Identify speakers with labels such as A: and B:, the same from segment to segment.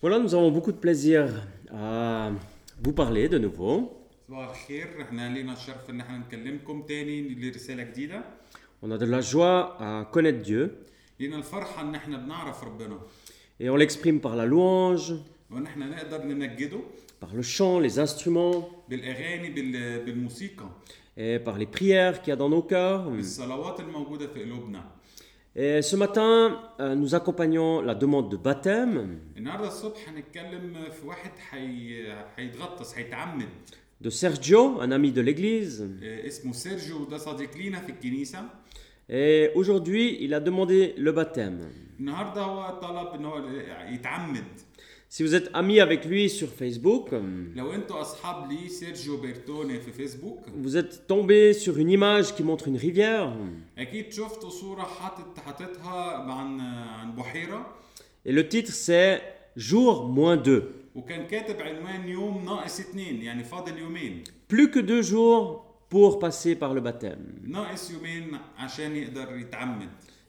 A: Voilà, nous avons beaucoup de plaisir à vous parler de nouveau.
B: صباح الخير احنا لينا الشرف ان احنا نكلمكم تاني لرساله جديده
A: On a de la joie à connaître Dieu
B: لينا الفرحه ان احنا بنعرف ربنا
A: et on l'exprime par la louange,
B: وان احنا نقدر نمجده
A: par le chant, les instruments
B: بالاغاني بال- بالموسيقى
A: et par les prières qu'il y a dans nos cœurs.
B: بالصلوات الموجوده في قلوبنا
A: Et ce matin, euh, nous accompagnons la demande de baptême
B: النهارده الصبح هنتكلم في واحد حي... هيتغطس هيتعمد
A: de Sergio, un ami de l'église.
B: اه، اسمه سيرجيو وده صديق لينا في الكنيسه
A: Et aujourd'hui, il a demandé le baptême.
B: النهارده هو طلب ان هو يتعمد
A: Si vous êtes ami avec lui sur Facebook,
B: لو انتوا اصحاب لي سيرجيو بيرتوني في فيسبوك
A: vous êtes tombé sur une image qui montre une rivière
B: اكيد شفتوا صوره حاطط حاططها عن عن بحيره
A: et le titre c'est Jour moins deux.
B: وكان كاتب عنوان يوم ناقص اتنين يعني فاضل يومين
A: Plus que deux jours pour passer par le baptême.
B: ناقص يومين عشان يقدر يتعمد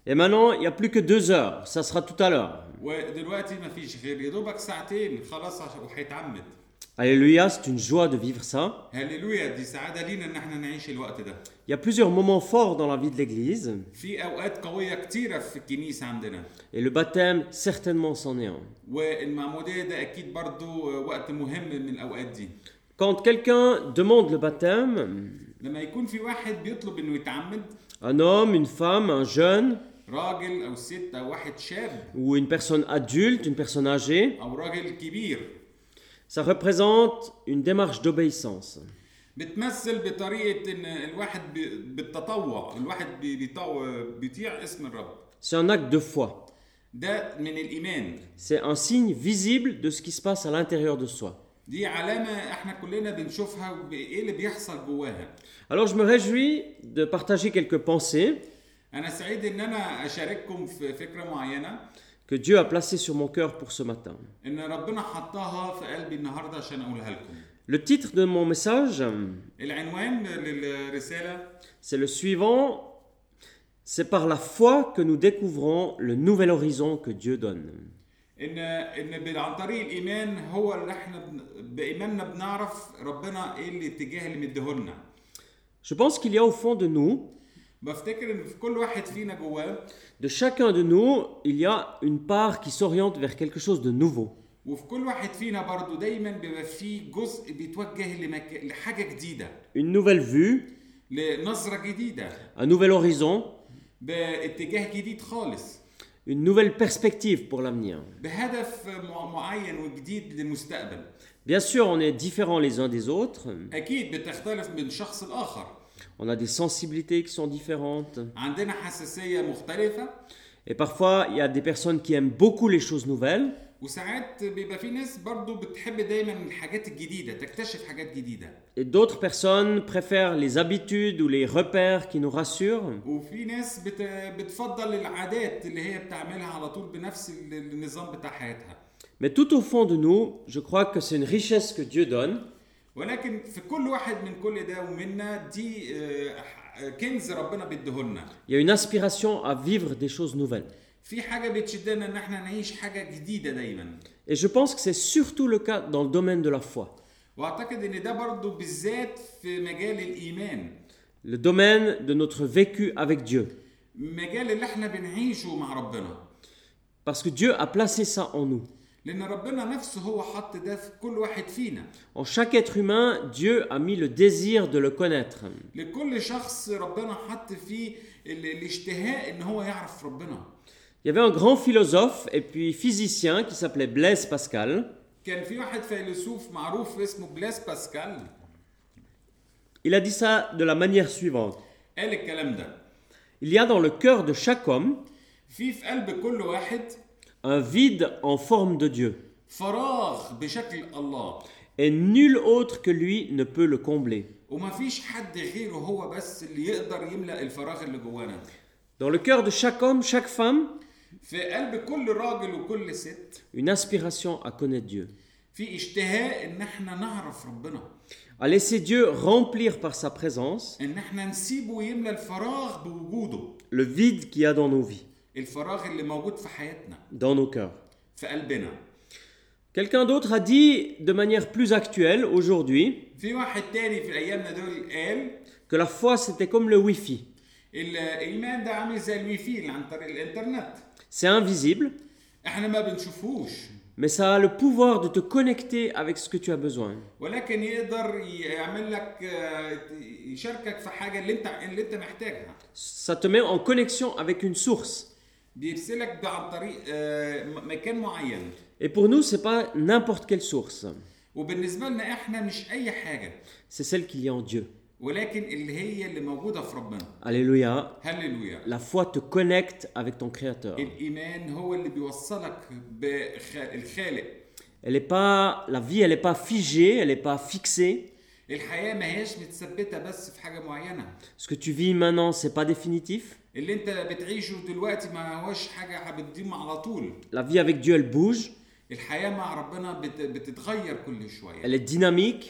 A: Et maintenant, il n'y a plus que deux heures. Ça sera tout à l'heure.
B: ودلوقتي مفيش غير يا دوبك ساعتين خلاص عش- وهيتعمد
A: Alléluia, c'est une joie de vivre ça.
B: هللويا دي سعاده لينا ان احنا نعيش الوقت ده
A: Il y a plusieurs moments forts dans la vie de l'Église
B: في اوقات قويه كتيره في الكنيسه عندنا
A: et le baptême certainement s'en est un.
B: والمعموديه ده اكيد برضو وقت مهم من الاوقات دي
A: Quand quelqu'un demande le baptême,
B: لما يكون في واحد بيطلب انه يتعمد
A: un homme, une femme, un jeune
B: راجل او ست او واحد شاب
A: ou une personne adulte, une personne âgée,
B: او راجل كبير
A: ça représente une démarche d'obéissance.
B: بتمثل بطريقه ان الواحد بي- بالتطوع الواحد بي- بيطوع بيطيع اسم الرب
A: C'est un acte de foi.
B: ده من الايمان
A: C'est un signe visible de ce qui se passe à l'intérieur de soi.
B: دي علامه احنا كلنا بنشوفها وب- ايه اللي بيحصل جواها
A: Alors je me réjouis de partager quelques pensées
B: انا سعيد ان انا اشارككم في فكره معينه
A: que Dieu a placées sur mon cœur pour ce matin.
B: ان ربنا حطها في قلبي النهارده عشان اقولها لكم
A: Le titre de mon message,
B: العنوان للرساله
A: c'est le suivant. C'est par la foi que nous découvrons le nouvel horizon que Dieu donne.
B: ان ان ب- عن طريق الايمان هو اللي احنا بن- بايماننا بنعرف ربنا ايه الاتجاه اللي مديهولنا
A: Je pense qu'il y a au fond de nous,
B: بفتكر ان في كل واحد فينا جواه
A: de chacun de nous, il y a une part qui s'oriente vers quelque chose de nouveau.
B: وفي كل واحد فينا برضو دايما بيبقى فيه جزء بيتوجه لمك... لحاجه جديده
A: Une nouvelle vue,
B: لنظره جديده
A: un nouvel horizon,
B: باتجاه جديد خالص
A: une nouvelle perspective pour l'avenir.
B: بهدف مع- معين وجديد للمستقبل
A: Bien sûr, on est différents les uns des autres,
B: اكيد بتختلف من شخص لاخر
A: on a des sensibilités qui sont différentes,
B: عندنا حساسيه مختلفه
A: et parfois il y a des personnes qui aiment beaucoup les choses nouvelles,
B: وساعات بيبقى في ناس برضو بتحب دايما الحاجات الجديده تكتشف حاجات جديده
A: et d'autres personnes préfèrent les habitudes ou les repères qui nous rassurent,
B: وفي ناس بت... بتفضل العادات اللي هي بتعملها على طول بنفس ال- النظام بتاع حياتها
A: mais tout au fond de nous, je crois que c'est une richesse que Dieu donne,
B: ولكن في كل واحد من كل ده ومنا دي آه، آه، كنز ربنا بيديهولنا
A: il y a une aspiration à vivre des choses nouvelles.
B: في حاجه بتشدنا ان احنا نعيش حاجه جديده دايما
A: Et je pense que c'est surtout le cas dans le domaine de la foi,
B: واعتقد ان ده برضو بالذات في مجال الايمان
A: le domaine de notre vécu avec Dieu,
B: مجال اللي احنا بنعيشه مع ربنا
A: parce que Dieu a placé ça en nous.
B: لان ربنا نفسه هو حط ده في كل واحد فينا
A: En chaque être humain, Dieu a mis le désir de le connaître.
B: لكل شخص ربنا حط فيه ال- الاشتهاء ان هو يعرف ربنا
A: Il y avait un grand philosophe et puis physicien qui s'appelait Blaise Pascal.
B: كان في واحد فيلسوف معروف اسمه بلاس باسكال
A: Il a dit ça de la manière suivante.
B: قال الكلام ده
A: Il y a dans le cœur de chaque homme
B: في في قلب كل واحد
A: un vide en forme de Dieu.
B: فراغ بشكل الله
A: Et nul autre que lui ne peut le combler.
B: وما فيش حد غيره هو بس اللي يقدر يملأ الفراغ اللي جوانا
A: Dans le cœur de chaque homme, chaque femme,
B: في قلب كل راجل وكل ست
A: une aspiration à connaître Dieu.
B: في اشتهاء ان احنا نعرف ربنا
A: À laisser Dieu remplir par sa présence
B: ان احنا نسيبه يملأ الفراغ بوجوده
A: le vide qu'il y a dans nos vies,
B: الفراغ اللي موجود في حياتنا
A: dans nos cœurs.
B: في قلبنا
A: Quelqu'un d'autre a dit de manière plus actuelle aujourd'hui
B: في واحد تاني في ايامنا دول قال
A: que la foi c'était comme le Wi-Fi.
B: الايمان ده عامل زي الوي في اللي عن طريق الانترنت
A: C'est invisible,
B: احنا ما بنشوفوش
A: mais ça a le pouvoir de te connecter avec ce que tu as besoin.
B: ولكن يقدر يعمل لك آه، يشاركك في حاجه اللي انت اللي انت محتاجها
A: Ça te met en connexion avec une source.
B: بيرسلك ده عن طريق آه، م- مكان معين
A: Et pour nous, c'est pas n'importe quelle source.
B: وبالنسبه لنا احنا مش اي حاجه
A: C'est celle qu'il y a en Dieu.
B: ولكن اللي هي اللي موجوده في ربنا
A: Alléluia.
B: هللويا
A: La foi te connecte avec ton Créateur.
B: الايمان هو اللي بيوصلك بالخالق
A: Elle est pas, la vie, elle n'est pas figée, elle n'est pas fixée.
B: الحياه ما هياش متثبته بس في حاجه معينه
A: Ce que tu vis maintenant, c'est pas définitif.
B: اللي انت بتعيشه دلوقتي ما هوش حاجه بتديم على طول
A: La vie avec Dieu, elle bouge,
B: الحياه مع ربنا بت- بتتغير كل شويه
A: elle est dynamique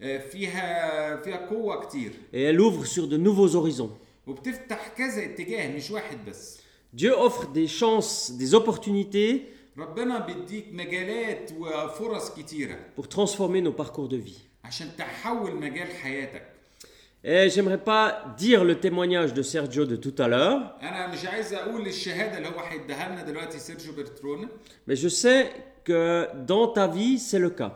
B: آه، فيها فيها قوه كتير
A: et elle ouvre sur de nouveaux horizons.
B: وبتفتح كذا اتجاه مش واحد بس
A: Dieu offre des chances, des opportunités
B: ربنا بيديك مجالات وفرص كتيره
A: pour transformer nos parcours de vie.
B: عشان تحول مجال حياتك
A: Et j'aimerais pas dire le témoignage de Sergio de tout à l'heure,
B: انا مش عايز اقول الشهاده اللي هو هيديها لنا دلوقتي سيرجيو بيرترون
A: mais je sais que dans ta vie, c'est le cas.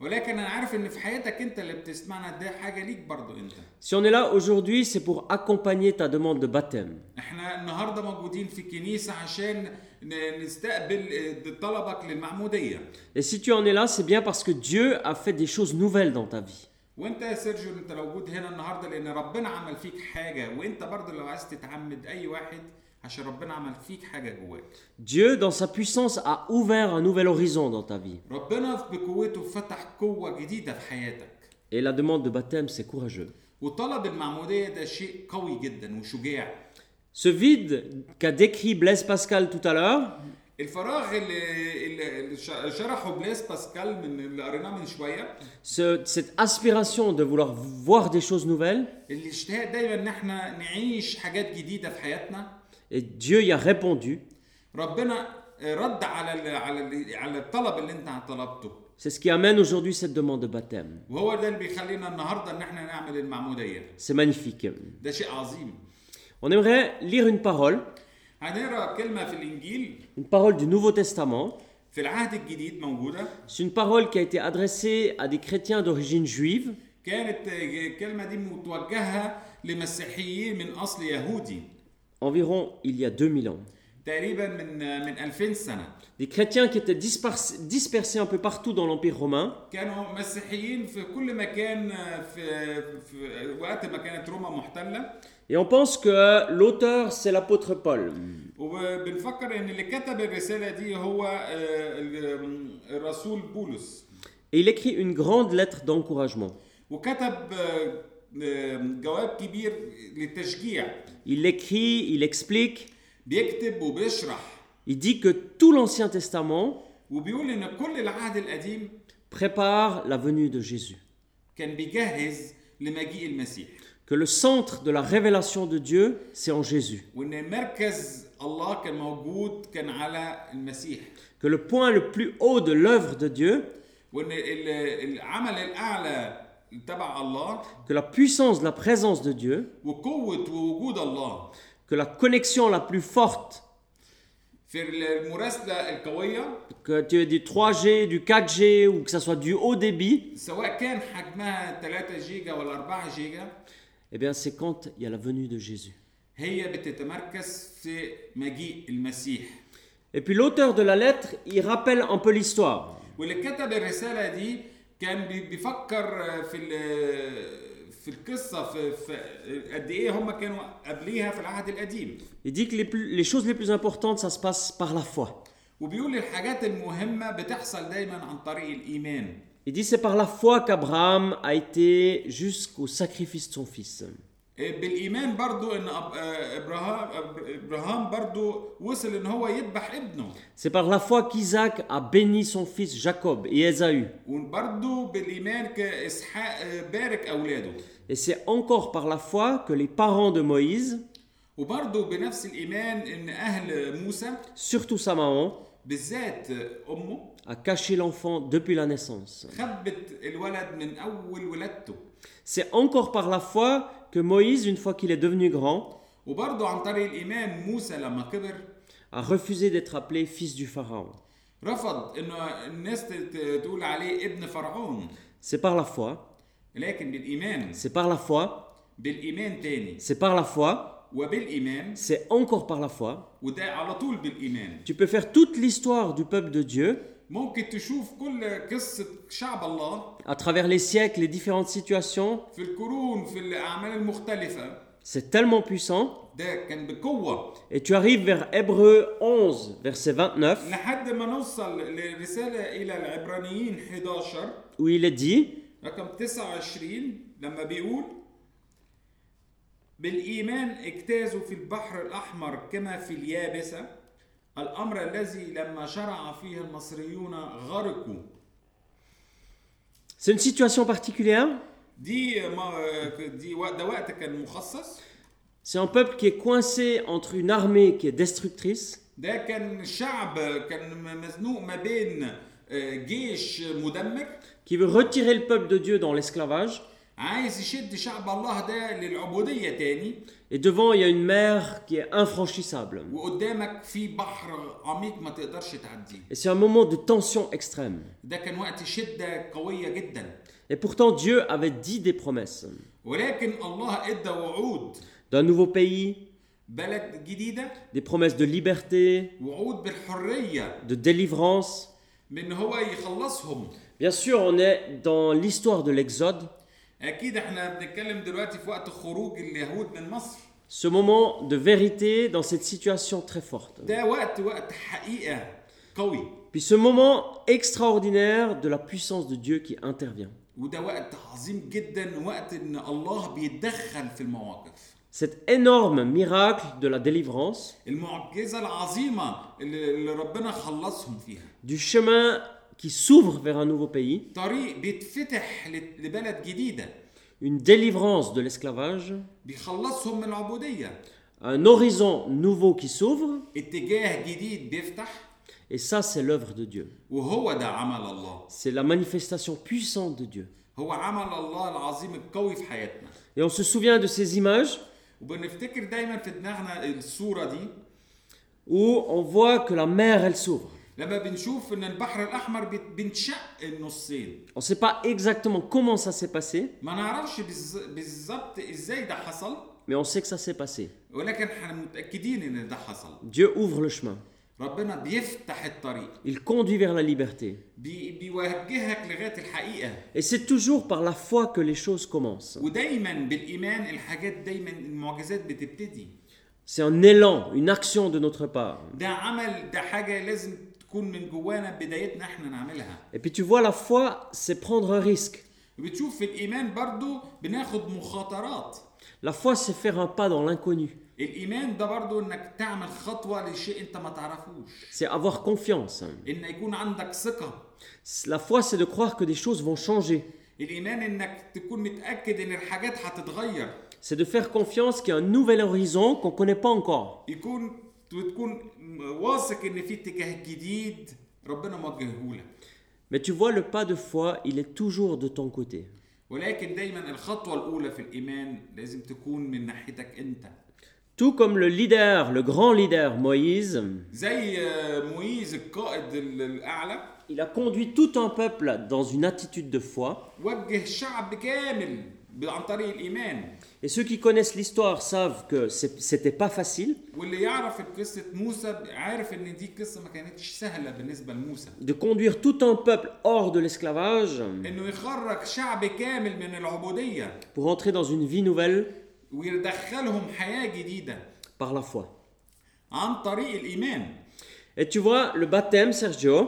B: ولكن انا عارف ان في حياتك انت اللي بتسمعنا ده حاجه ليك برضو انت
A: Si on est là aujourd'hui, c'est pour accompagner ta demande de baptême.
B: احنا النهارده موجودين في الكنيسه عشان ن- نستقبل آه، طلبك للمعموديه
A: Et si tu en es là, c'est bien parce que Dieu a fait des choses nouvelles dans ta vie.
B: وانت يا سيرجيو انت موجود هنا النهارده لان ربنا عمل فيك حاجه وانت برضو لو عايز تتعمد اي واحد عشان ربنا عمل فيك حاجه جواك
A: Dieu, dans sa puissance, a ouvert un nouvel horizon dans ta vie.
B: ربنا بقوته فتح قوه جديده في حياتك
A: Et la demande de baptême, c'est courageux.
B: وطلب المعموديه ده شيء قوي جدا وشجاع
A: Ce vide qu'a décrit Blaise Pascal tout à l'heure,
B: الفراغ اللي اللي ش- شرحه بلاس باسكال من اللي قريناه من شويه
A: ce- cette aspiration de vouloir voir des choses nouvelles,
B: الاشتهاء دايما ان احنا نعيش حاجات جديده في حياتنا
A: et Dieu y a répondu,
B: ربنا رد على ال على ال على الطلب اللي انت طلبته
A: c'est ce qui amène aujourd'hui cette demande de baptême.
B: وهو ده اللي بيخلينا النهارده ان احنا نعمل المعموديه
A: C'est magnifique.
B: ده شيء عظيم
A: On aimerait lire une parole,
B: هنقرا كلمه في الانجيل
A: une parole du Nouveau Testament.
B: في العهد الجديد موجوده
A: C'est une parole qui a été adressée à des chrétiens d'origine juive
B: كانت الكلمه دي متوجهه لمسيحيين من اصل يهودي
A: environ il y a 2000 ans.
B: تقريبا من من 2000 سنه
A: Des chrétiens qui étaient dispars- dispersés un peu partout dans l'Empire romain
B: كانوا مسيحيين في كل مكان في, في وقت ما كانت روما محتله
A: Et on pense que l'auteur, c'est l'apôtre Paul.
B: وبنفكر ان اللي كتب الرساله دي هو آه، ال- الرسول بولس
A: Et il écrit une grande lettre d'encouragement.
B: وكتب آه، آه، جواب كبير للتشجيع
A: Il l'écrit, il explique,
B: بيكتب وبيشرح
A: il dit que tout l'Ancien Testament
B: وبيقول ان كل العهد القديم
A: prépare la venue de Jésus.
B: كان بيجهز لمجيء المسيح
A: Que le centre de la révélation de Dieu, c'est en Jésus.
B: وان مركز الله كان موجود كان على المسيح
A: Que le point le plus haut de l'œuvre de Dieu,
B: وان ال- العمل الاعلى تبع الله
A: que la puissance de la présence de Dieu,
B: وقوه ووجود الله
A: que la connexion la plus forte,
B: في المراسله القويه
A: que tu aies du 3G, du 4G ou que ça soit du haut débit,
B: سواء كان حجمها 3 جيجا ولا 4 جيجا
A: eh bien c'est quand il y a la venue de Jésus.
B: هي بتتمركز في مجيء المسيح
A: Et puis l'auteur de la lettre, il rappelle un peu l'histoire.
B: واللي كتب الرساله دي كان بي- بيفكر آه، في ال- في القصه في, في قد ايه هم كانوا قبليها في العهد القديم
A: Il dit que les, plus- les choses les plus importantes, ça se passe par la foi.
B: وبيقول الحاجات المهمه بتحصل دايما عن طريق الايمان
A: Il dit c'est par la foi qu'Abraham a été jusqu'au sacrifice de son fils.
B: بالايمان آه، برضو ان أب- آه، ابراهام أب- ابراهام برضو وصل ان هو يذبح ابنه
A: C'est par la foi qu'Isaac a béni son fils Jacob et Ésaü.
B: وبرضو بالايمان كاسحاق آه، بارك اولاده
A: Et c'est encore par la foi que les parents de Moïse,
B: وبرضو بنفس الايمان ان اهل موسى
A: surtout sa maman,
B: بالذات امه
A: a caché l'enfant depuis la naissance.
B: خبت الولد من اول ولادته
A: C'est encore par la foi que Moïse, une fois qu'il est devenu grand,
B: وبرضه عن طريق الايمان موسى لما كبر
A: a refusé d'être appelé fils du Pharaon.
B: رفض انه الناس تت- تقول عليه ابن فرعون
A: C'est par la foi,
B: لكن بالايمان
A: c'est par la foi,
B: بالايمان تاني
A: c'est par la foi,
B: وبالايمان
A: c'est encore par la foi.
B: وده على طول بالايمان
A: Tu peux faire toute l'histoire du peuple de Dieu
B: ممكن تشوف كل قصه شعب الله
A: à travers les siècles, les différentes situations.
B: في القرون في الاعمال المختلفه
A: C'est tellement puissant.
B: ده كان بقوه
A: Et tu arrives vers Hébreu 11, verset 29,
B: لحد ما نوصل لرساله الى العبرانيين 11
A: où il est dit
B: رقم 29 لما بيقول بالإيمان اجتازوا في البحر الأحمر كما في اليابسة الأمر الذي لما شرع فيه المصريون غرقوا
A: C'est une situation particulière.
B: دي ما دي وق- ده وقت كان مخصص
A: C'est un peuple qui est coincé entre une armée qui est destructrice
B: ده كان شعب كان م- مزنوق ما بين آه، جيش مدمر
A: qui veut retirer le peuple de Dieu dans l'esclavage.
B: عايز يشد شعب الله ده للعبودية تاني
A: Et devant, il y a une mer qui est infranchissable.
B: وقدامك في بحر عميق ما تقدرش تعديه
A: Et c'est un moment de tension extrême.
B: ده كان وقت شدة قوية جدا
A: Et pourtant, Dieu avait dit des promesses
B: ولكن الله ادى وعود
A: d'un nouveau pays,
B: بلد جديدة
A: des promesses de liberté,
B: وعود بالحرية
A: de délivrance.
B: بان هو يخلصهم
A: Bien sûr, on est dans l'histoire de l'Exode,
B: اكيد احنا بنتكلم دلوقتي في وقت خروج اليهود من مصر
A: ce moment de vérité dans cette situation très forte.
B: ده وقت وقت حقيقة قوي
A: Puis ce moment extraordinaire de la puissance de Dieu qui intervient.
B: وده وقت عظيم جدا وقت ان الله بيتدخل في المواقف
A: Cet énorme miracle de la délivrance,
B: المعجزة العظيمة اللي اللي ربنا خلصهم فيها
A: du chemin qui s'ouvre vers un nouveau pays,
B: طريق بيتفتح لت- لبلد جديدة
A: une délivrance de l'esclavage,
B: بيخلصهم من العبودية
A: un horizon nouveau qui s'ouvre,
B: اتجاه جديد بيفتح
A: et ça c'est l'œuvre de Dieu.
B: وهو ده عمل الله
A: C'est la manifestation puissante de Dieu.
B: هو عمل الله العظيم القوي في حياتنا
A: Et on se souvient de ces images
B: وبنفتكر دايما في دماغنا الصورة دي
A: où on voit que la mer elle s'ouvre.
B: لما بنشوف ان البحر الاحمر بيت- بينشق النصين
A: On ne sait pas exactement comment ça s'est passé,
B: ما نعرفش بالز- بالظبط ازاي ده حصل
A: mais on sait que ça s'est passé.
B: ولكن احنا متاكدين ان ده حصل
A: Dieu ouvre le chemin.
B: ربنا بيفتح الطريق
A: Il conduit vers la liberté.
B: بي بيوجهك لغايه الحقيقه
A: Et c'est toujours par la foi que les choses commencent.
B: ودايما بالايمان الحاجات دايما المعجزات بتبتدي
A: C'est un élan, une action de notre part.
B: ده عمل ده حاجه لازم تكون من جوانا بدايتنا احنا نعملها
A: Et puis tu vois, la foi, c'est prendre un risque.
B: بتشوف في الايمان برضو بناخد مخاطرات
A: La foi, c'est faire un pas dans l'inconnu.
B: الايمان ده برضو انك تعمل خطوه لشيء انت ما تعرفوش
A: C'est avoir confiance.
B: ان يكون عندك ثقه
A: La foi, c'est de croire que des choses vont changer.
B: الايمان انك تكون متاكد ان الحاجات هتتغير
A: C'est de faire confiance qu'il y a un nouvel horizon qu'on ne connaît pas encore.
B: يكون وتكون واثق ان في اتجاه جديد ربنا موجهه لك
A: Mais tu vois, le pas de foi, il est toujours de ton côté.
B: ولكن دايما الخطوه الاولى في الايمان لازم تكون من ناحيتك انت
A: Tout comme le leader, le grand leader Moïse,
B: زي آه، مويز القائد ال- الاعلى
A: il a conduit tout un peuple dans une attitude de foi.
B: وجه شعب كامل عن طريق الايمان
A: Et ceux qui connaissent l'histoire savent que c'est- c'était pas facile
B: واللي يعرف قصة موسى عارف ان دي قصة ما كانتش سهلة بالنسبة لموسى
A: de conduire tout un peuple hors de l'esclavage
B: انه يخرج شعب كامل من العبودية
A: pour entrer dans une vie nouvelle
B: ويدخلهم حياة جديدة
A: par la foi.
B: عن طريق الايمان
A: Et tu vois, le baptême, Sergio,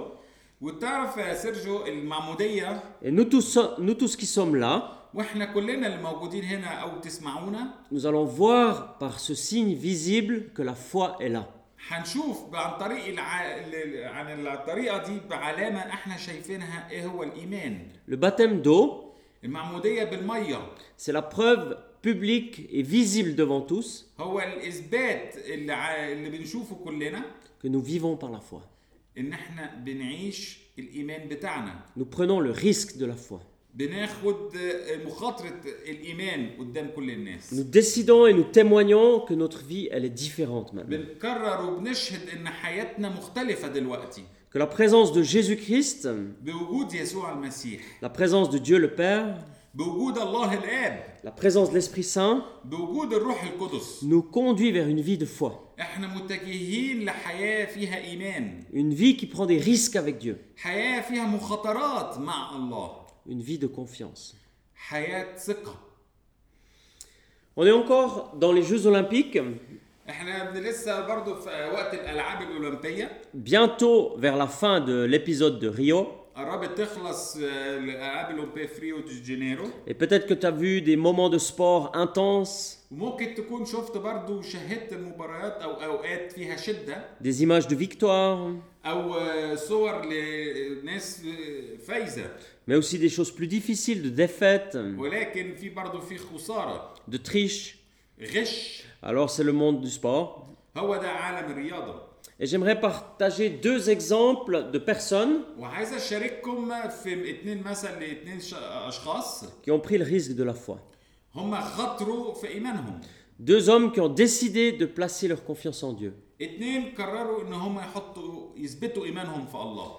B: وتعرف يا سيرجيو المعمودية
A: et nous tous, nous tous qui sommes là,
B: واحنا كلنا اللي موجودين هنا او تسمعونا
A: nous allons voir par ce signe visible que la foi est là.
B: هنشوف عن طريق الع... ال- عن الطريقة دي بعلامة احنا شايفينها ايه هو الايمان
A: Le baptême d'eau,
B: المعمودية بالمية
A: c'est la preuve publique et visible devant tous
B: هو الاثبات اللي, ع... اللي بنشوفه كلنا
A: que nous vivons par la foi.
B: ان احنا بنعيش الايمان بتاعنا
A: Nous prenons le risque de la foi.
B: بناخد مخاطره الايمان قدام كل الناس
A: Nous décidons et nous témoignons que notre vie, elle est différente maintenant.
B: بنكرر وبنشهد ان حياتنا مختلفه دلوقتي
A: Que la présence de Jésus-Christ,
B: بوجود يسوع المسيح
A: la présence de Dieu le Père,
B: بوجود الله الاب
A: la présence de l'Esprit Saint,
B: بوجود الروح القدس
A: nous conduit vers une vie de foi.
B: احنا متجهين لحياه فيها ايمان
A: Une vie qui prend des risques avec Dieu.
B: حياه فيها مخاطرات مع الله
A: Une vie de confiance.
B: حياه ثقه
A: On est encore dans les Jeux Olympiques,
B: احنا بن- لسه برضه في وقت الالعاب الاولمبيه
A: bientôt vers la fin de l'épisode de Rio.
B: قربت تخلص آه، الالعاب الاولمبيه في ريو دي جانيرو
A: Et peut-être que tu as vu des moments de sport intenses,
B: وممكن تكون شفت برضه وشاهدت مباريات او اوقات فيها شده
A: des images de victoire,
B: او آه، صور لناس آه، فايزه
A: mais aussi des choses plus difficiles, de défaites,
B: ولكن في برضه في خساره
A: de triches.
B: غش
A: Alors c'est le monde du sport.
B: هو ده عالم الرياضه
A: Et j'aimerais partager deux exemples de personnes
B: وعايز اشارككم في اتنين مثل لاتنين ش- اشخاص
A: qui ont pris le risque de la foi.
B: هم خاطروا في ايمانهم
A: Deux hommes qui ont décidé de placer leur confiance en Dieu.
B: اتنين قرروا ان هم يحطوا يثبتوا ايمانهم في الله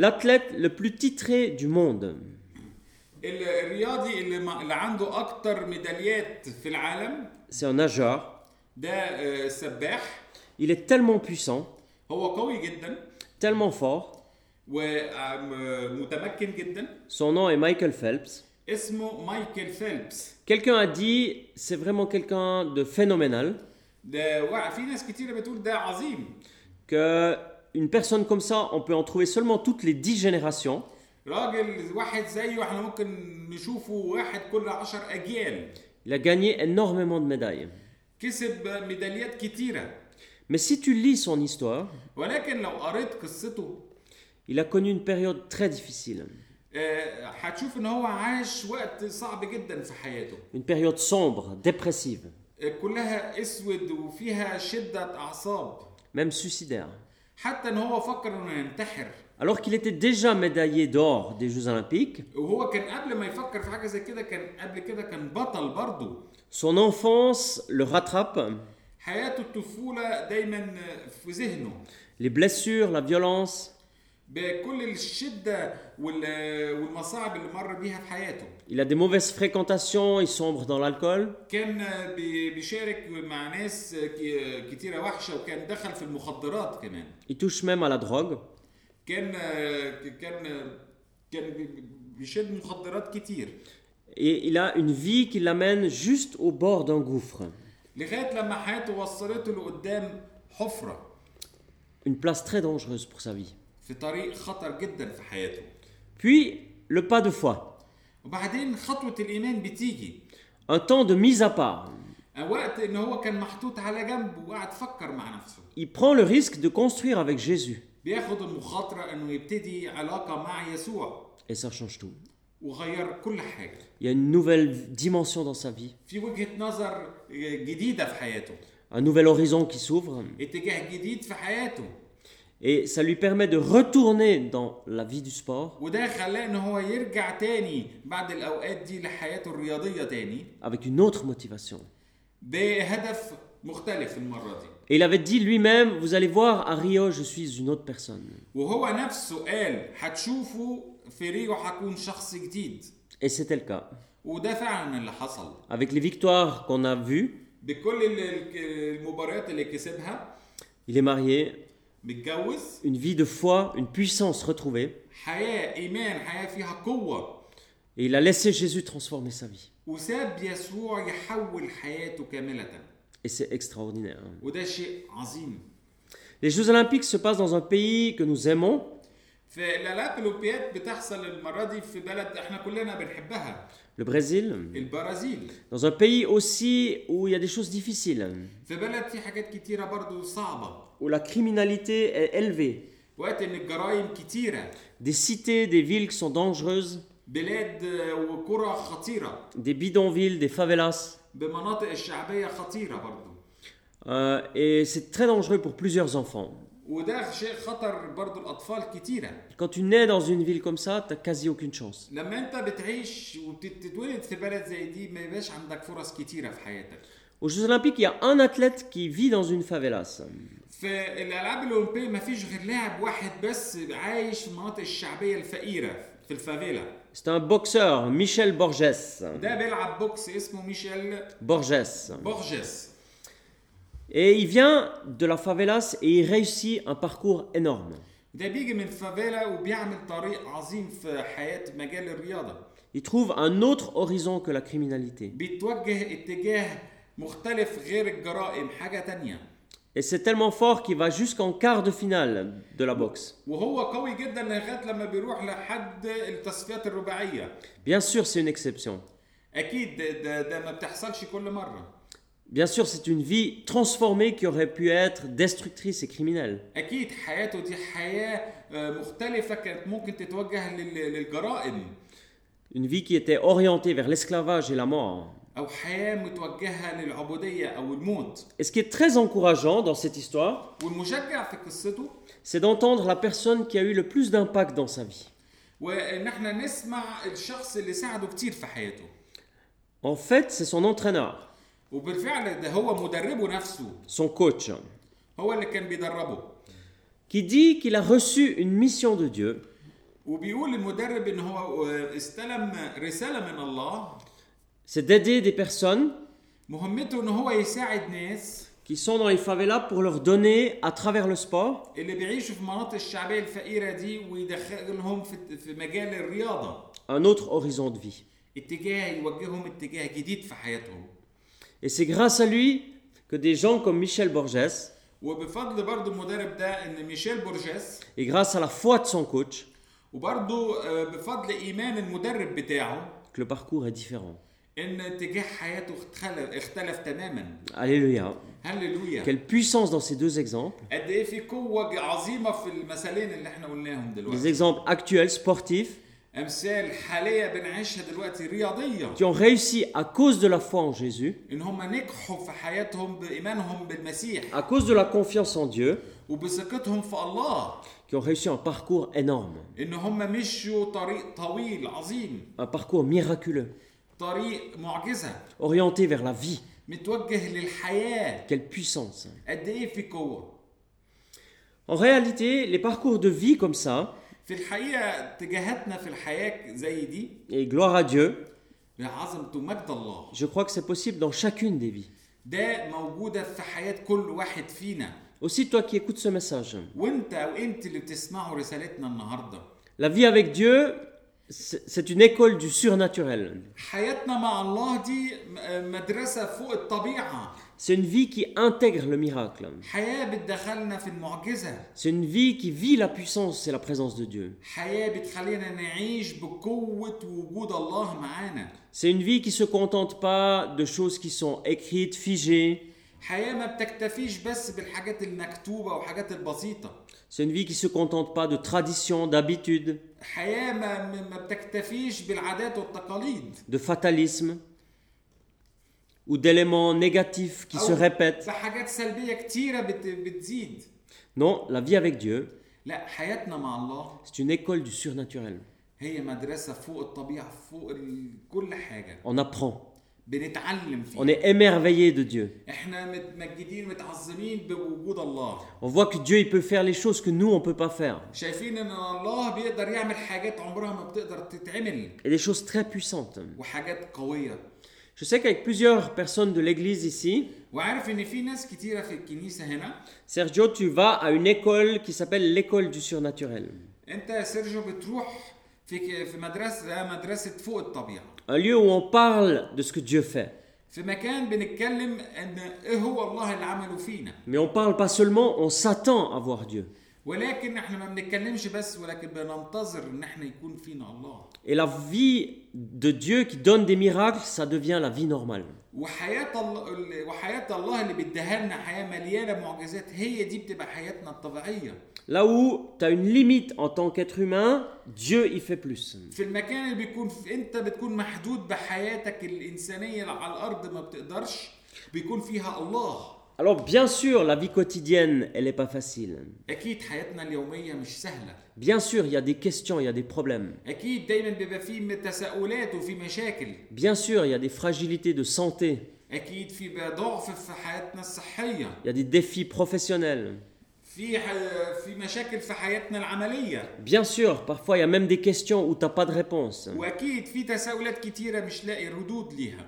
A: L'athlète le plus titré du monde,
B: ال- الرياضي اللي, ما اللي عنده اكتر ميداليات في العالم
A: c'est un nageur.
B: ده آه، سباح
A: Il est tellement puissant,
B: هو قوي جدا
A: tellement fort.
B: ومتمكن جدا
A: Son nom est Michael Phelps.
B: اسمه مايكل فيلبس
A: Quelqu'un a dit, c'est vraiment quelqu'un de phénoménal,
B: ده وع- في ناس كتيرة بتقول ده عظيم
A: que une personne comme ça, on peut en trouver seulement toutes les dix générations.
B: راجل واحد زيه احنا ممكن نشوفه واحد كل عشر اجيال
A: Il a gagné énormément de médailles.
B: كسب ميداليات كتيرة
A: Mais si tu lis son histoire,
B: ولكن لو قريت قصته
A: il a connu une période très difficile,
B: آه، هتشوف ان هو عاش وقت صعب جدا في حياته آه،
A: une période sombre, dépressive,
B: كلها اسود وفيها شده اعصاب
A: même suicidaire.
B: حتى ان هو فكر انه ينتحر
A: Alors qu'il était déjà médaillé d'or des Jeux Olympiques,
B: وهو كان قبل ما يفكر في حاجه زي كده كان قبل كده كان بطل برضه
A: son enfance le rattrape.
B: حياته الطفوله دايما في ذهنه
A: Les blessures, la violence,
B: بكل الشده وال- والمصاعب اللي مر بيها في حياته
A: il a des mauvaises fréquentations, il sombre dans l'alcool,
B: كان بي- بيشارك مع ناس ك- كتيره وحشه وكان دخل في المخدرات كمان
A: il touche même à la drogue.
B: كان كان كان بي- بيشد مخدرات كتير
A: Et il a une vie qui l'amène juste au bord d'un gouffre,
B: لغايه لما حياته وصلته لقدام حفره
A: une place très dangereuse pour sa vie.
B: في طريق خطر جدا في حياته
A: Puis, le pas de foi,
B: وبعدين خطوه الايمان بتيجي
A: un temps de mise à part.
B: وقت ان هو كان محطوط على جنب وقعد فكر مع نفسه
A: Il prend le risque de construire avec Jésus,
B: بياخد المخاطره انه يبتدي علاقه مع يسوع
A: et ça change tout.
B: وغير كل حاجه
A: Il y a une nouvelle dimension dans sa vie,
B: في وجهه نظر جديده في حياته
A: un nouvel horizon qui s'ouvre,
B: اتجاه جديد في حياته
A: et ça lui permet de retourner dans la vie du sport
B: وده خلاه ان هو يرجع تاني بعد الاوقات دي لحياته الرياضيه تاني
A: avec une autre motivation.
B: بهدف مختلف المره دي
A: Et il avait dit lui-même, vous allez voir, à Rio, je suis une autre personne.
B: وهو نفسه قال هتشوفه في ريو هكون شخص جديد
A: Et c'était le cas.
B: وده فعلا اللي حصل
A: Avec les victoires qu'on a vues,
B: بكل ال- ال- المباريات اللي كسبها
A: il est marié,
B: متجوز
A: une vie de foi, une puissance retrouvée,
B: حياه ايمان حياه فيها قوه
A: et il a laissé Jésus transformer sa vie.
B: وساب يسوع يحول حياته كامله
A: Et c'est extraordinaire.
B: وده شيء عظيم
A: Les Jeux Olympiques se passent dans un pays que nous aimons,
B: فالالعاب الاولمبياد بتحصل المره دي في بلد احنا كلنا بنحبها
A: le Brésil,
B: البرازيل
A: dans un pays aussi où il y a des choses difficiles,
B: في بلد في حاجات كتيرة برضو صعبة
A: où la criminalité est élevée,
B: وقت ان الجرائم كتيرة
A: des cités, des villes qui sont dangereuses,
B: بلاد آه، وقرى خطيرة
A: des bidonvilles, des favelas,
B: بمناطق الشعبية خطيرة برضو
A: euh, et c'est très dangereux pour plusieurs enfants.
B: وده شيء خطر برضو الأطفال كتيرة
A: Quand tu nais dans une ville comme ça, t'as quasi aucune chance.
B: لما أنت بتعيش وبتتولد في بلد زي دي ما يبقاش عندك فرص كتيرة في حياتك
A: Aux Jeux Olympiques, il y a un athlète qui vit dans une favelas.
B: في الألعاب الأولمبية ما فيش غير لاعب واحد بس عايش في المناطق الشعبية الفقيرة في الفافيلا
A: C'est un boxeur, Michel Borges.
B: ده بيلعب بوكس اسمه ميشيل
A: Borges.
B: بورجيس
A: Et il vient de la favelas et il réussit un parcours énorme.
B: ده بيجي من الفافيلا وبيعمل طريق عظيم في حياة مجال الرياضة
A: Il trouve un autre horizon que la criminalité.
B: بيتوجه اتجاه مختلف غير الجرائم حاجة تانية
A: Et c'est tellement fort qu'il va jusqu'en quart de finale de la boxe.
B: وهو قوي جدا لغايه لما بيروح لحد التصفيات الرباعيه
A: Bien sûr, c'est une exception.
B: اكيد ده, ده, ده ما بتحصلش كل مره
A: Bien sûr, c'est une vie transformée qui aurait pu être destructrice et criminelle.
B: اكيد حياته دي حياه آه، مختلفه كانت ممكن تتوجه لل- للجرائم
A: Une vie qui était orientée vers l'esclavage et la mort.
B: او حياه متوجهه للعبوديه او الموت
A: Et ce qui est très encourageant dans cette histoire,
B: والمشجع في قصته
A: c'est d'entendre la personne qui a eu le plus d'impact dans sa vie.
B: وان احنا نسمع الشخص اللي ساعده كتير في حياته
A: En fait, c'est son entraîneur,
B: وبالفعل ده هو مدربه نفسه
A: son coach,
B: هو اللي كان بيدربه
A: qui dit qu'il a reçu une mission de Dieu
B: وبيقول المدرب ان هو آه، استلم رساله من الله
A: c'est d'aider des personnes
B: مهمته ان هو يساعد ناس
A: qui sont dans les favelas pour leur donner, à travers le sport,
B: اللي بيعيشوا في مناطق الشعبيه الفقيره دي ويدخلهم في في مجال الرياضه
A: un autre horizon de vie.
B: اتجاه يوجههم اتجاه جديد في حياتهم
A: Et c'est grâce à lui que des gens comme Michel Borges,
B: وبفضل برضو المدرب ده ان ميشيل بورجاس
A: et grâce à la foi de son coach,
B: وبرضو آه، بفضل ايمان المدرب بتاعه
A: que le parcours est différent.
B: ان اتجاه حياته اختلف اختلف تماما
A: Alléluia.
B: هللويا
A: Quelle puissance dans ces deux exemples,
B: قد ايه في قوه عظيمه في المثالين اللي احنا قلناهم
A: des
B: دلوقتي
A: exemples actuels, sportifs,
B: امثال حاليه بنعيشها دلوقتي رياضيه
A: qui ont réussi à cause de la foi en Jésus,
B: ان هم نجحوا في حياتهم بايمانهم بالمسيح
A: à cause de la confiance en Dieu,
B: وبثقتهم في الله
A: qui ont réussi un parcours énorme,
B: ان هم مشوا طريق طويل عظيم
A: un parcours miraculeux,
B: طريق معجزه
A: orienté vers la vie.
B: متوجه للحياه
A: Quelle puissance.
B: قد ايه في قوه
A: En réalité, les parcours de vie comme ça,
B: في الحقيقه اتجاهاتنا في الحياه زي دي
A: et gloire à Dieu,
B: لعظمه ومجد الله
A: je crois que c'est possible dans chacune des vies.
B: ده موجوده في حياه كل واحد فينا
A: Aussi toi qui écoutes ce message.
B: وانت او انت اللي بتسمعوا رسالتنا النهارده
A: La vie avec Dieu, c'est c'est une école du surnaturel.
B: حياتنا مع الله دي م- مدرسه فوق الطبيعه
A: C'est une vie qui intègre le miracle.
B: حياه بتدخلنا في المعجزه
A: C'est une vie qui vit la puissance et la présence de Dieu.
B: حياة بتخلينا نعيش بقوة وجود الله معانا
A: C'est une vie qui se contente pas de choses qui sont écrites, figées.
B: حياة ما بتكتفيش بس بالحاجات المكتوبة والحاجات البسيطة
A: C'est une vie qui se contente pas de traditions, d'habitudes,
B: حياة ما, ما- ما بتكتفيش بالعادات والتقاليد
A: de fatalisme ou d'éléments négatifs qui se répètent.
B: بحاجات سلبية كتيرة بت بتزيد
A: Non, la vie avec Dieu,
B: لا حياتنا مع الله
A: c'est une école du surnaturel.
B: هي مدرسة فوق الطبيعة فوق ال... كل حاجة
A: On apprend,
B: بنتعلم فيها
A: on est émerveillé de Dieu.
B: احنا متمجدين متعظمين بوجود الله
A: On voit que Dieu il peut faire les choses que nous on peut pas faire
B: شايفين ان الله بيقدر يعمل حاجات عمرها ما بتقدر تتعمل
A: et des choses très puissantes.
B: وحاجات قوية
A: Je sais qu'avec plusieurs personnes de l'église ici,
B: وعارف ان في ناس كتيره في الكنيسه هنا
A: Sergio, tu vas à une école qui s'appelle l'école du surnaturel.
B: انت يا سيرجيو بتروح في ك- في مدرسه مدرسه فوق الطبيعه
A: Un lieu où on parle de ce que Dieu fait,
B: في مكان بنتكلم ان ايه هو الله اللي عمله فينا
A: mais on parle pas seulement, on s'attend à voir Dieu.
B: ولكن احنا ما بنتكلمش بس ولكن بننتظر ان احنا يكون فينا الله
A: Et la vie de Dieu qui donne des miracles, ça devient la vie normale.
B: وحياه الله وحياه الله اللي بيديها لنا حياه مليانه معجزات هي دي بتبقى حياتنا الطبيعيه
A: Là où tu as une limite en tant qu'être humain, Dieu y fait plus.
B: في المكان اللي بيكون في انت بتكون محدود بحياتك الانسانيه اللي على الارض ما بتقدرش بيكون فيها الله
A: Alors bien sûr, la vie quotidienne, elle n'est pas facile.
B: اكيد حياتنا اليوميه مش سهله
A: Bien sûr, il y a des questions, il y a des problèmes.
B: اكيد دايما بيبقى في تساؤلات وفي مشاكل
A: Bien sûr, il y a des fragilités de santé,
B: اكيد في بقى ضعف في حياتنا الصحيه
A: il y a des défis professionnels.
B: في ح- في مشاكل في حياتنا العمليه
A: Bien sûr, parfois il y a même des questions où tu n'as pas de réponse.
B: واكيد في تساؤلات كتيره مش لاقي ردود ليها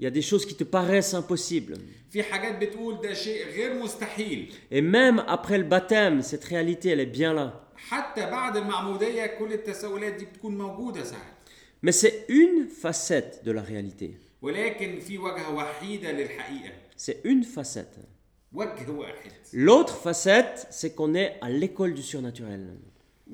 A: Il y a des choses qui te paraissent impossibles.
B: في حاجات بتقول ده شيء غير مستحيل
A: Et même après le baptême, cette réalité, elle est bien là.
B: حتى بعد المعموديه كل التساؤلات دي بتكون موجوده ساعات
A: Mais c'est une facette de la réalité.
B: ولكن في وجهه وحيده للحقيقه
A: C'est une facette.
B: وجه واحد
A: L'autre facette, c'est qu'on est à l'école du surnaturel.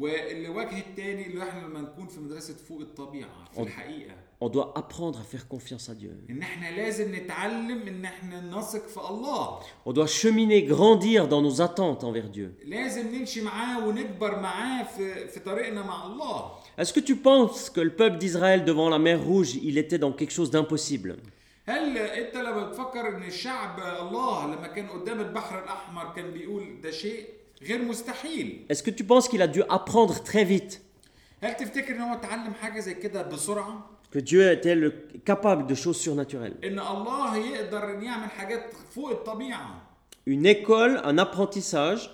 B: والوجه التاني اللي احنا لما نكون في مدرسه فوق الطبيعه في
A: أوه.
B: الحقيقه
A: On doit apprendre à faire confiance à Dieu.
B: ان احنا لازم نتعلم ان احنا نثق في الله
A: On doit cheminer, grandir dans nos attentes envers Dieu.
B: لازم نمشي معاه ونكبر معاه في في طريقنا مع الله
A: Est-ce que tu penses que le peuple d'Israël devant la mer Rouge, il était dans quelque chose d'impossible
B: هل انت لما بتفكر ان الشعب الله لما كان قدام البحر الاحمر كان بيقول ده شيء غير مستحيل
A: Est-ce que tu penses qu'il a dû apprendre très vite
B: هل تفتكر ان هو اتعلم حاجه زي كده بسرعه
A: que Dieu était le- capable de choses surnaturelles
B: ان الله يقدر ان يعمل حاجات فوق الطبيعه
A: Une école, un apprentissage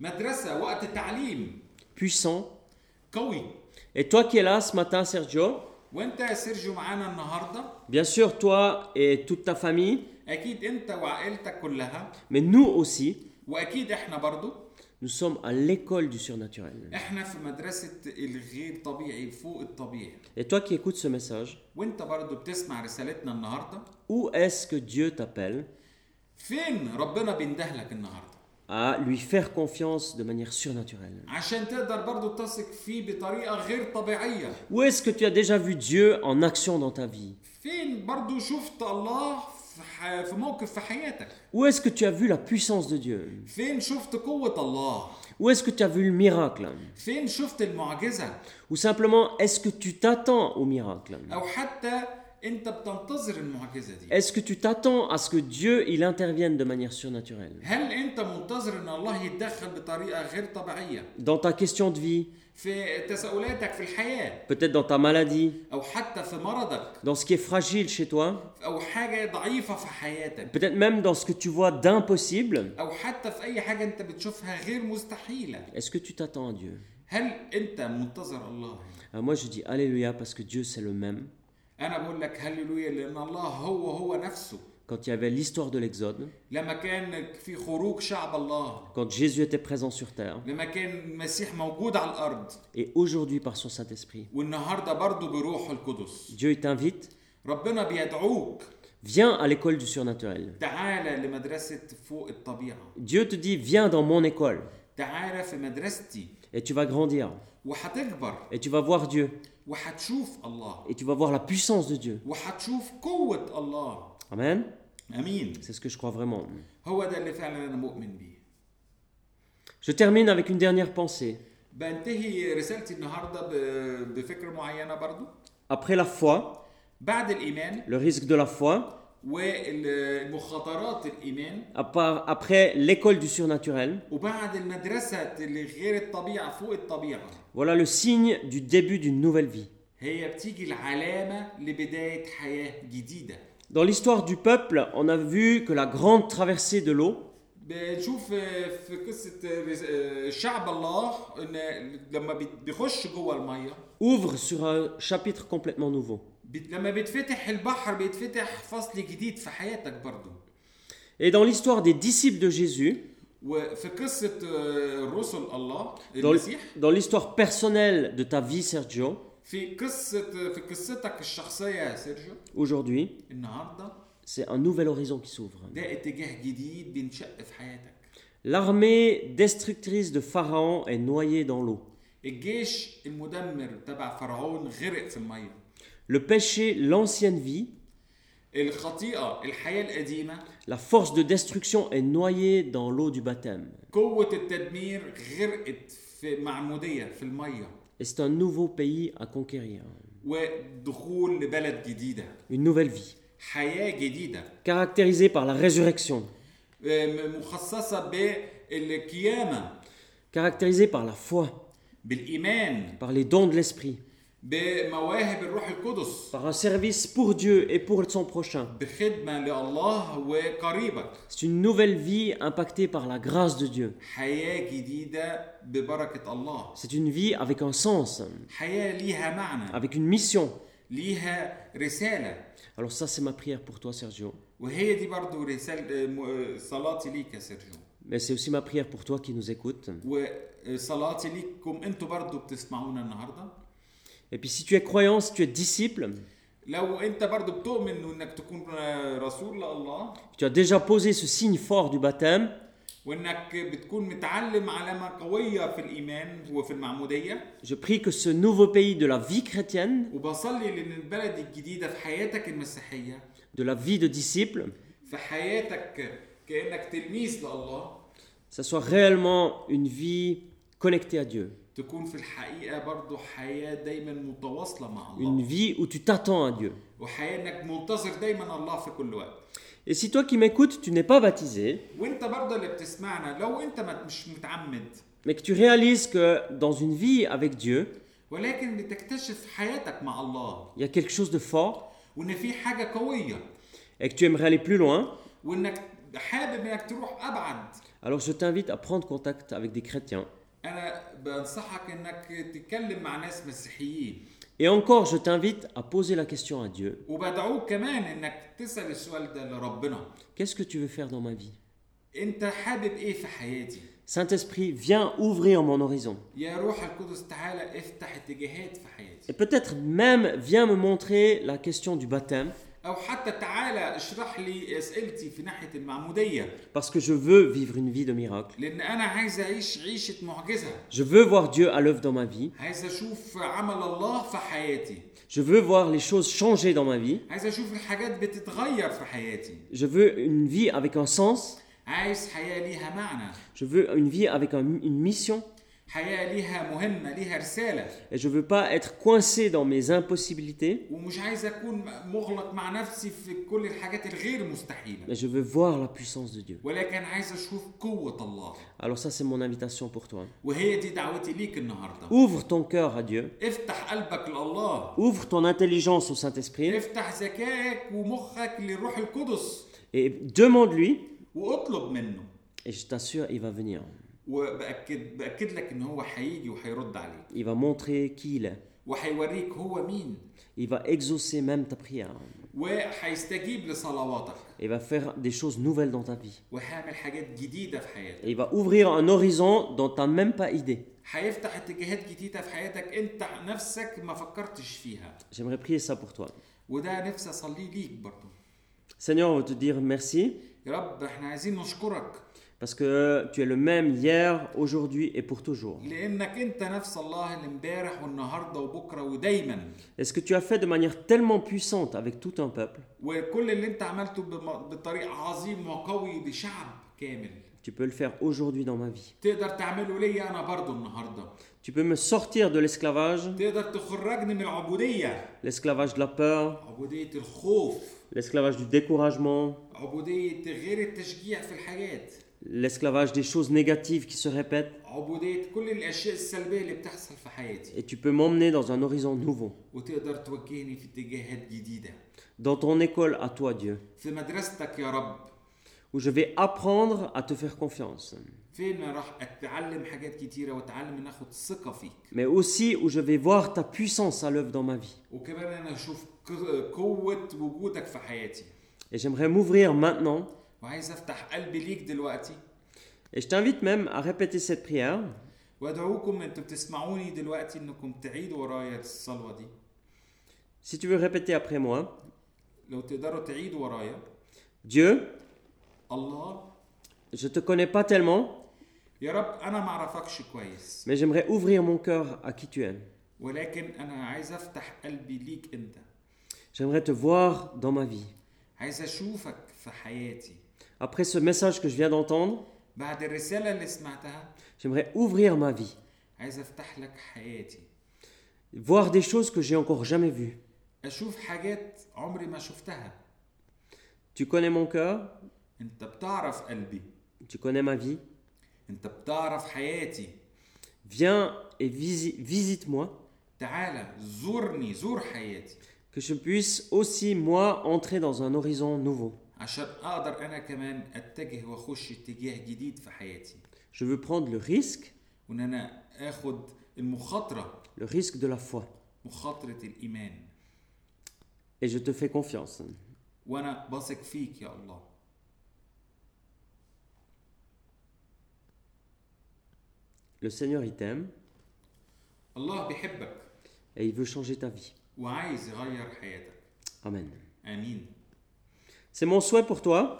B: مدرسه وقت تعليم
A: puissant.
B: قوي
A: Et toi qui es là ce matin, Sergio,
B: وانت يا سيرجيو معانا النهارده
A: bien sûr toi et toute ta famille,
B: اكيد انت وعائلتك كلها
A: mais nous aussi,
B: واكيد احنا برضو
A: nous sommes à l'école du surnaturel.
B: احنا في مدرسه الغير طبيعي فوق الطبيعي
A: Et toi qui écoutes ce message,
B: وانت برضو بتسمع رسالتنا النهارده
A: où est-ce que Dieu t'appelle
B: فين ربنا بيندهلك النهارده
A: à lui faire confiance de manière surnaturelle
B: عشان تقدر برضو تثق فيه بطريقه غير طبيعيه
A: Où est-ce que tu as déjà vu Dieu en action dans ta vie
B: فين برضو شفت الله في, ح... في موقف في حياتك
A: Où est-ce que tu as vu la puissance de Dieu
B: فين شفت قوه الله
A: Où est-ce que tu as vu le miracle
B: فين شفت المعجزه
A: Ou simplement, est-ce que tu t'attends au miracle
B: او حتى انت بتنتظر المعجزه دي
A: Est-ce que tu t'attends à ce que Dieu il intervienne de manière surnaturelle
B: هل انت منتظر ان الله يتدخل بطريقه غير طبيعيه
A: Dans ta question de vie,
B: في تساؤلاتك في الحياة
A: peut-être dans ta maladie,
B: أو حتى في مرضك
A: dans ce qui est fragile chez toi,
B: أو حاجة ضعيفة في حياتك
A: peut-être même dans ce que tu vois d'impossible.
B: أو حتى في أي حاجة أنت بتشوفها غير مستحيلة
A: Est-ce que tu t'attends à Dieu
B: هل أنت منتظر الله؟
A: Alors Moi je dis Alléluia parce que Dieu c'est le même.
B: أنا بقول لك هللويا لأن الله هو هو نفسه
A: Quand il y avait l'histoire de l'Exode,
B: لما كان في خروج شعب الله
A: quand Jésus était présent sur terre,
B: لما كان المسيح موجود على الأرض
A: et aujourd'hui par son Saint-Esprit,
B: والنهاردة برضه بروحه القدس
A: Dieu il t'invite,
B: ربنا بيدعوك
A: viens à l'école du surnaturel.
B: تعالى لمدرسة فوق الطبيعة
A: Dieu te dit viens dans mon école
B: تعالى في مدرستي
A: et tu vas grandir
B: وهتكبر
A: et tu vas voir Dieu
B: وهتشوف الله
A: et tu vas voir la puissance de Dieu.
B: وهتشوف قوة الله
A: Amen.
B: أمين
A: C'est ce que je crois vraiment.
B: هو ده اللي فعلا أنا مؤمن بيه
A: Je termine avec une dernière pensée.
B: بنتهي رسالتي النهاردة ب- بفكرة معينة برضو
A: Après la foi,
B: بعد الإيمان
A: le risque de la foi,
B: والمخاطرات الإيمان
A: à part- après l'école du surnaturel,
B: وبعد المدرسة اللي غير الطبيعة فوق الطبيعة
A: voilà le signe du début d'une nouvelle vie.
B: هي بتيجي العلامة لبداية حياة جديدة
A: Dans l'histoire du peuple, on a vu que la grande traversée de l'eau,
B: بنشوف آه، في قصة شعب الله إن لما بيخش جوه المية
A: ouvre sur un chapitre complètement nouveau.
B: بت- لما بيتفتح البحر بيتفتح فصل جديد في حياتك برضو
A: Et dans l'histoire des disciples de Jésus,
B: وفي قصة آه، رسل الله
A: dans l-
B: المسيح
A: dans l'histoire personnelle de ta vie, Sergio,
B: في قصة آه، في قصتك الشخصية يا سيرجيو
A: aujourd'hui,
B: النهاردة
A: c'est un nouvel horizon qui s'ouvre.
B: ده اتجاه جديد بينشق في حياتك
A: L'armée destructrice de Pharaon est noyée dans l'eau.
B: الجيش المدمر تبع فرعون غرق في المية
A: Le péché, l'ancienne vie,
B: الخطيئة الحياة القديمة
A: la force de destruction est noyée dans l'eau du baptême.
B: قوة التدمير غرقت في معمودية في المية
A: Et c'est un nouveau pays à conquérir,
B: ودخول لبلد جديدة
A: une nouvelle vie,
B: حياة جديدة
A: caractérisée par la résurrection,
B: مخصصة بالقيامة
A: caractérisée par la foi,
B: بالإيمان
A: par les dons de l'esprit,
B: بمواهب الروح القدس
A: par un service pour Dieu et pour son prochain.
B: بخدمة لله وقريبك
A: C'est une nouvelle vie impactée par la grâce de Dieu.
B: حياة جديدة ببركة الله
A: C'est une vie avec un sens,
B: حياة ليها معنى
A: avec une mission.
B: ليها رسالة
A: Alors ça, c'est ma prière pour toi, Sergio.
B: وهي دي برضو رسالة م- صلاتي ليك يا سيرجيو
A: Mais c'est aussi ma prière pour toi qui nous écoutes.
B: وصلاتي ليكم انتوا برضو بتسمعونا النهاردة
A: Et puis si tu es croyant, si tu es disciple,
B: لو انت برضو بتؤمن انك تكون رسول لله
A: tu as déjà posé ce signe fort du baptême,
B: وانك بتكون متعلم علامة قوية في الإيمان وفي المعمودية
A: je prie que ce nouveau pays de la vie chrétienne,
B: وبصلي لأن البلد الجديدة في حياتك المسيحية
A: de la vie de disciple,
B: في حياتك كأنك تلميذ لله
A: ça soit réellement une vie connectée à Dieu.
B: تكون في الحقيقة برضو حياة دايما متواصلة مع
A: Une
B: الله
A: vie où tu t'attends à Dieu.
B: وحياة انك منتظر دايما الله في كل وقت
A: Et si toi qui m'écoutes, tu n'es pas baptisé,
B: وانت برضو اللي بتسمعنا لو انت ما- مش متعمد
A: mais que tu réalises que dans une vie avec Dieu,
B: ولكن بتكتشف حياتك مع الله
A: il y a quelque chose de fort
B: وان في حاجة قوية
A: et que tu aimerais aller plus loin,
B: وانك حابب انك تروح ابعد
A: alors je t'invite à prendre contact avec des chrétiens.
B: انا بنصحك انك تتكلم مع ناس مسيحيين
A: Et encore, je t'invite à poser la question à Dieu.
B: وبدعوك كمان انك تسال السؤال ده لربنا
A: Qu'est-ce que tu veux faire dans ma vie
B: انت حابب ايه في حياتي
A: Saint-Esprit, viens ouvrir mon horizon.
B: يا روح القدس تعالى افتح اتجاهات في
A: Et
B: حياتي
A: peut-être même viens me montrer la question du baptême,
B: او حتى تعالى اشرح لي اسئلتي في ناحيه المعموديه
A: parce que je veux vivre une vie de miracle.
B: لان انا عايز اعيش عيشه معجزه
A: Je veux voir Dieu à l'œuvre dans ma vie.
B: عايز اشوف عمل الله في حياتي
A: Je veux voir les choses changer dans ma vie.
B: عايز اشوف الحاجات بتتغير في حياتي
A: Je veux une vie avec un sens.
B: عايز حياه ليها معنى
A: Je veux une vie avec un- une mission.
B: حياه ليها مهمه ليها رساله
A: Et je veux pas être coincé dans mes impossibilités,
B: ومش عايز اكون مغلق مع نفسي في كل الحاجات الغير مستحيله
A: mais je veux voir la puissance de Dieu.
B: ولكن عايز اشوف قوه الله
A: Alors ça, c'est mon invitation pour toi.
B: وهي دي دعوتي ليك النهارده
A: Ouvre ton cœur à Dieu.
B: افتح قلبك لله
A: Ouvre ton intelligence au Saint-Esprit
B: افتح ذكائك ومخك للروح القدس
A: et demande-lui.
B: واطلب منه
A: Et je t'assure, il va venir.
B: وباكد باكد لك ان هو هيجي وهيرد عليك
A: Il va montrer qui il est.
B: وهيوريك هو مين
A: Il va exaucer même ta prière.
B: وهيستجيب لصلواتك
A: Il va faire des choses nouvelles dans ta vie.
B: وهيعمل حاجات جديده في حياتك
A: Et il va ouvrir un horizon dont tu n'as même pas idée.
B: هيفتح اتجاهات جديده في حياتك انت نفسك ما فكرتش فيها
A: J'aimerais prier ça pour toi.
B: وده نفسي اصليه ليك برضه
A: Seigneur, on veut te dire merci
B: يا رب احنا عايزين نشكرك
A: parce que tu es le même hier, aujourd'hui et pour toujours.
B: لانك انت نفس الله اللي امبارح والنهارده وبكره ودايما
A: Et ce que tu as fait de manière tellement puissante avec tout un peuple,
B: وكل اللي انت عملته بم- بطريق عظيم وقوي لشعب كامل
A: tu peux le faire aujourd'hui dans ma vie.
B: تقدر تعمله ليا انا برضو النهارده
A: Tu peux me sortir de l'esclavage,
B: تقدر تخرجني من العبوديه
A: l'esclavage de la peur,
B: عبوديه الخوف
A: l'esclavage du découragement,
B: عبوديه غير التشجيع في الحاجات
A: l'esclavage des choses négatives qui se répètent.
B: عبوديه كل الاشياء السلبيه اللي بتحصل في حياتي
A: Et tu peux m'emmener dans un horizon nouveau,
B: وتقدر توجهني في اتجاهات جديده
A: dans ton école à toi Dieu,
B: في مدرستك يا رب
A: où je vais apprendre à te faire confiance,
B: فين ما راح اتعلم حاجات كتيره واتعلم ان اخد ثقه فيك
A: mais aussi où je vais voir ta puissance à l'œuvre dans ma vie.
B: وكمان انا اشوف ق- قوه وجودك في حياتي
A: Et j'aimerais m'ouvrir maintenant,
B: وعايز افتح قلبي ليك دلوقتي
A: et je t'invite même à répéter cette prière,
B: وادعوكم انتوا بتسمعوني دلوقتي انكم تعيدوا ورايا الصلوه دي
A: si tu veux répéter après moi.
B: لو تقدروا تعيدوا ورايا
A: Dieu,
B: الله
A: je te connais pas tellement,
B: يا رب انا ما اعرفكش كويس
A: mais j'aimerais ouvrir mon cœur à qui tu es.
B: ولكن انا عايز افتح قلبي ليك انت
A: J'aimerais te voir dans ma vie.
B: عايز اشوفك في حياتي
A: Après ce message que je viens d'entendre,
B: بعد الرساله اللي سمعتها
A: j'aimerais ouvrir ma vie,
B: عايز افتح لك حياتي
A: voir des choses que j'ai encore jamais vues.
B: اشوف حاجات عمري ما شفتها
A: Tu connais mon cœur,
B: انت بتعرف قلبي
A: tu connais ma vie,
B: انت بتعرف حياتي
A: viens et visi- visite-moi,
B: تعالى زورني زور حياتي
A: que je puisse aussi, moi, entrer dans un horizon nouveau.
B: عشان اقدر انا كمان اتجه واخش اتجاه جديد في حياتي
A: Je veux prendre le risque,
B: وان انا اخد المخاطره
A: le risque de la foi.
B: مخاطره الايمان
A: Et je te fais confiance.
B: وانا بثق فيك يا الله
A: Le Seigneur, il t'aime
B: الله بيحبك
A: et il veut changer ta vie.
B: وعايز يغير حياتك
A: Amen.
B: امين
A: C'est mon souhait pour toi.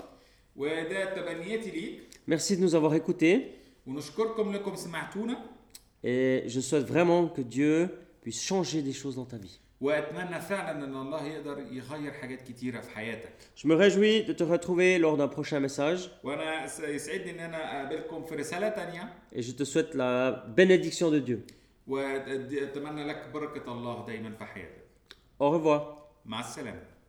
B: وده تبنياتي ليك
A: Merci de nous avoir écoutés
B: ونشكركم لكم سمعتونا
A: et je souhaite vraiment que Dieu puisse changer des choses dans ta vie.
B: واتمنى فعلا ان الله يقدر يغير حاجات كتيره في حياتك
A: Je me réjouis de te retrouver lors d'un prochain message
B: وانا س- يسعدني ان انا اقابلكم في رساله تانية
A: et je te souhaite la bénédiction de Dieu.
B: واتمنى لك بركه الله دايما في حياتك
A: Au revoir.
B: مع السلامه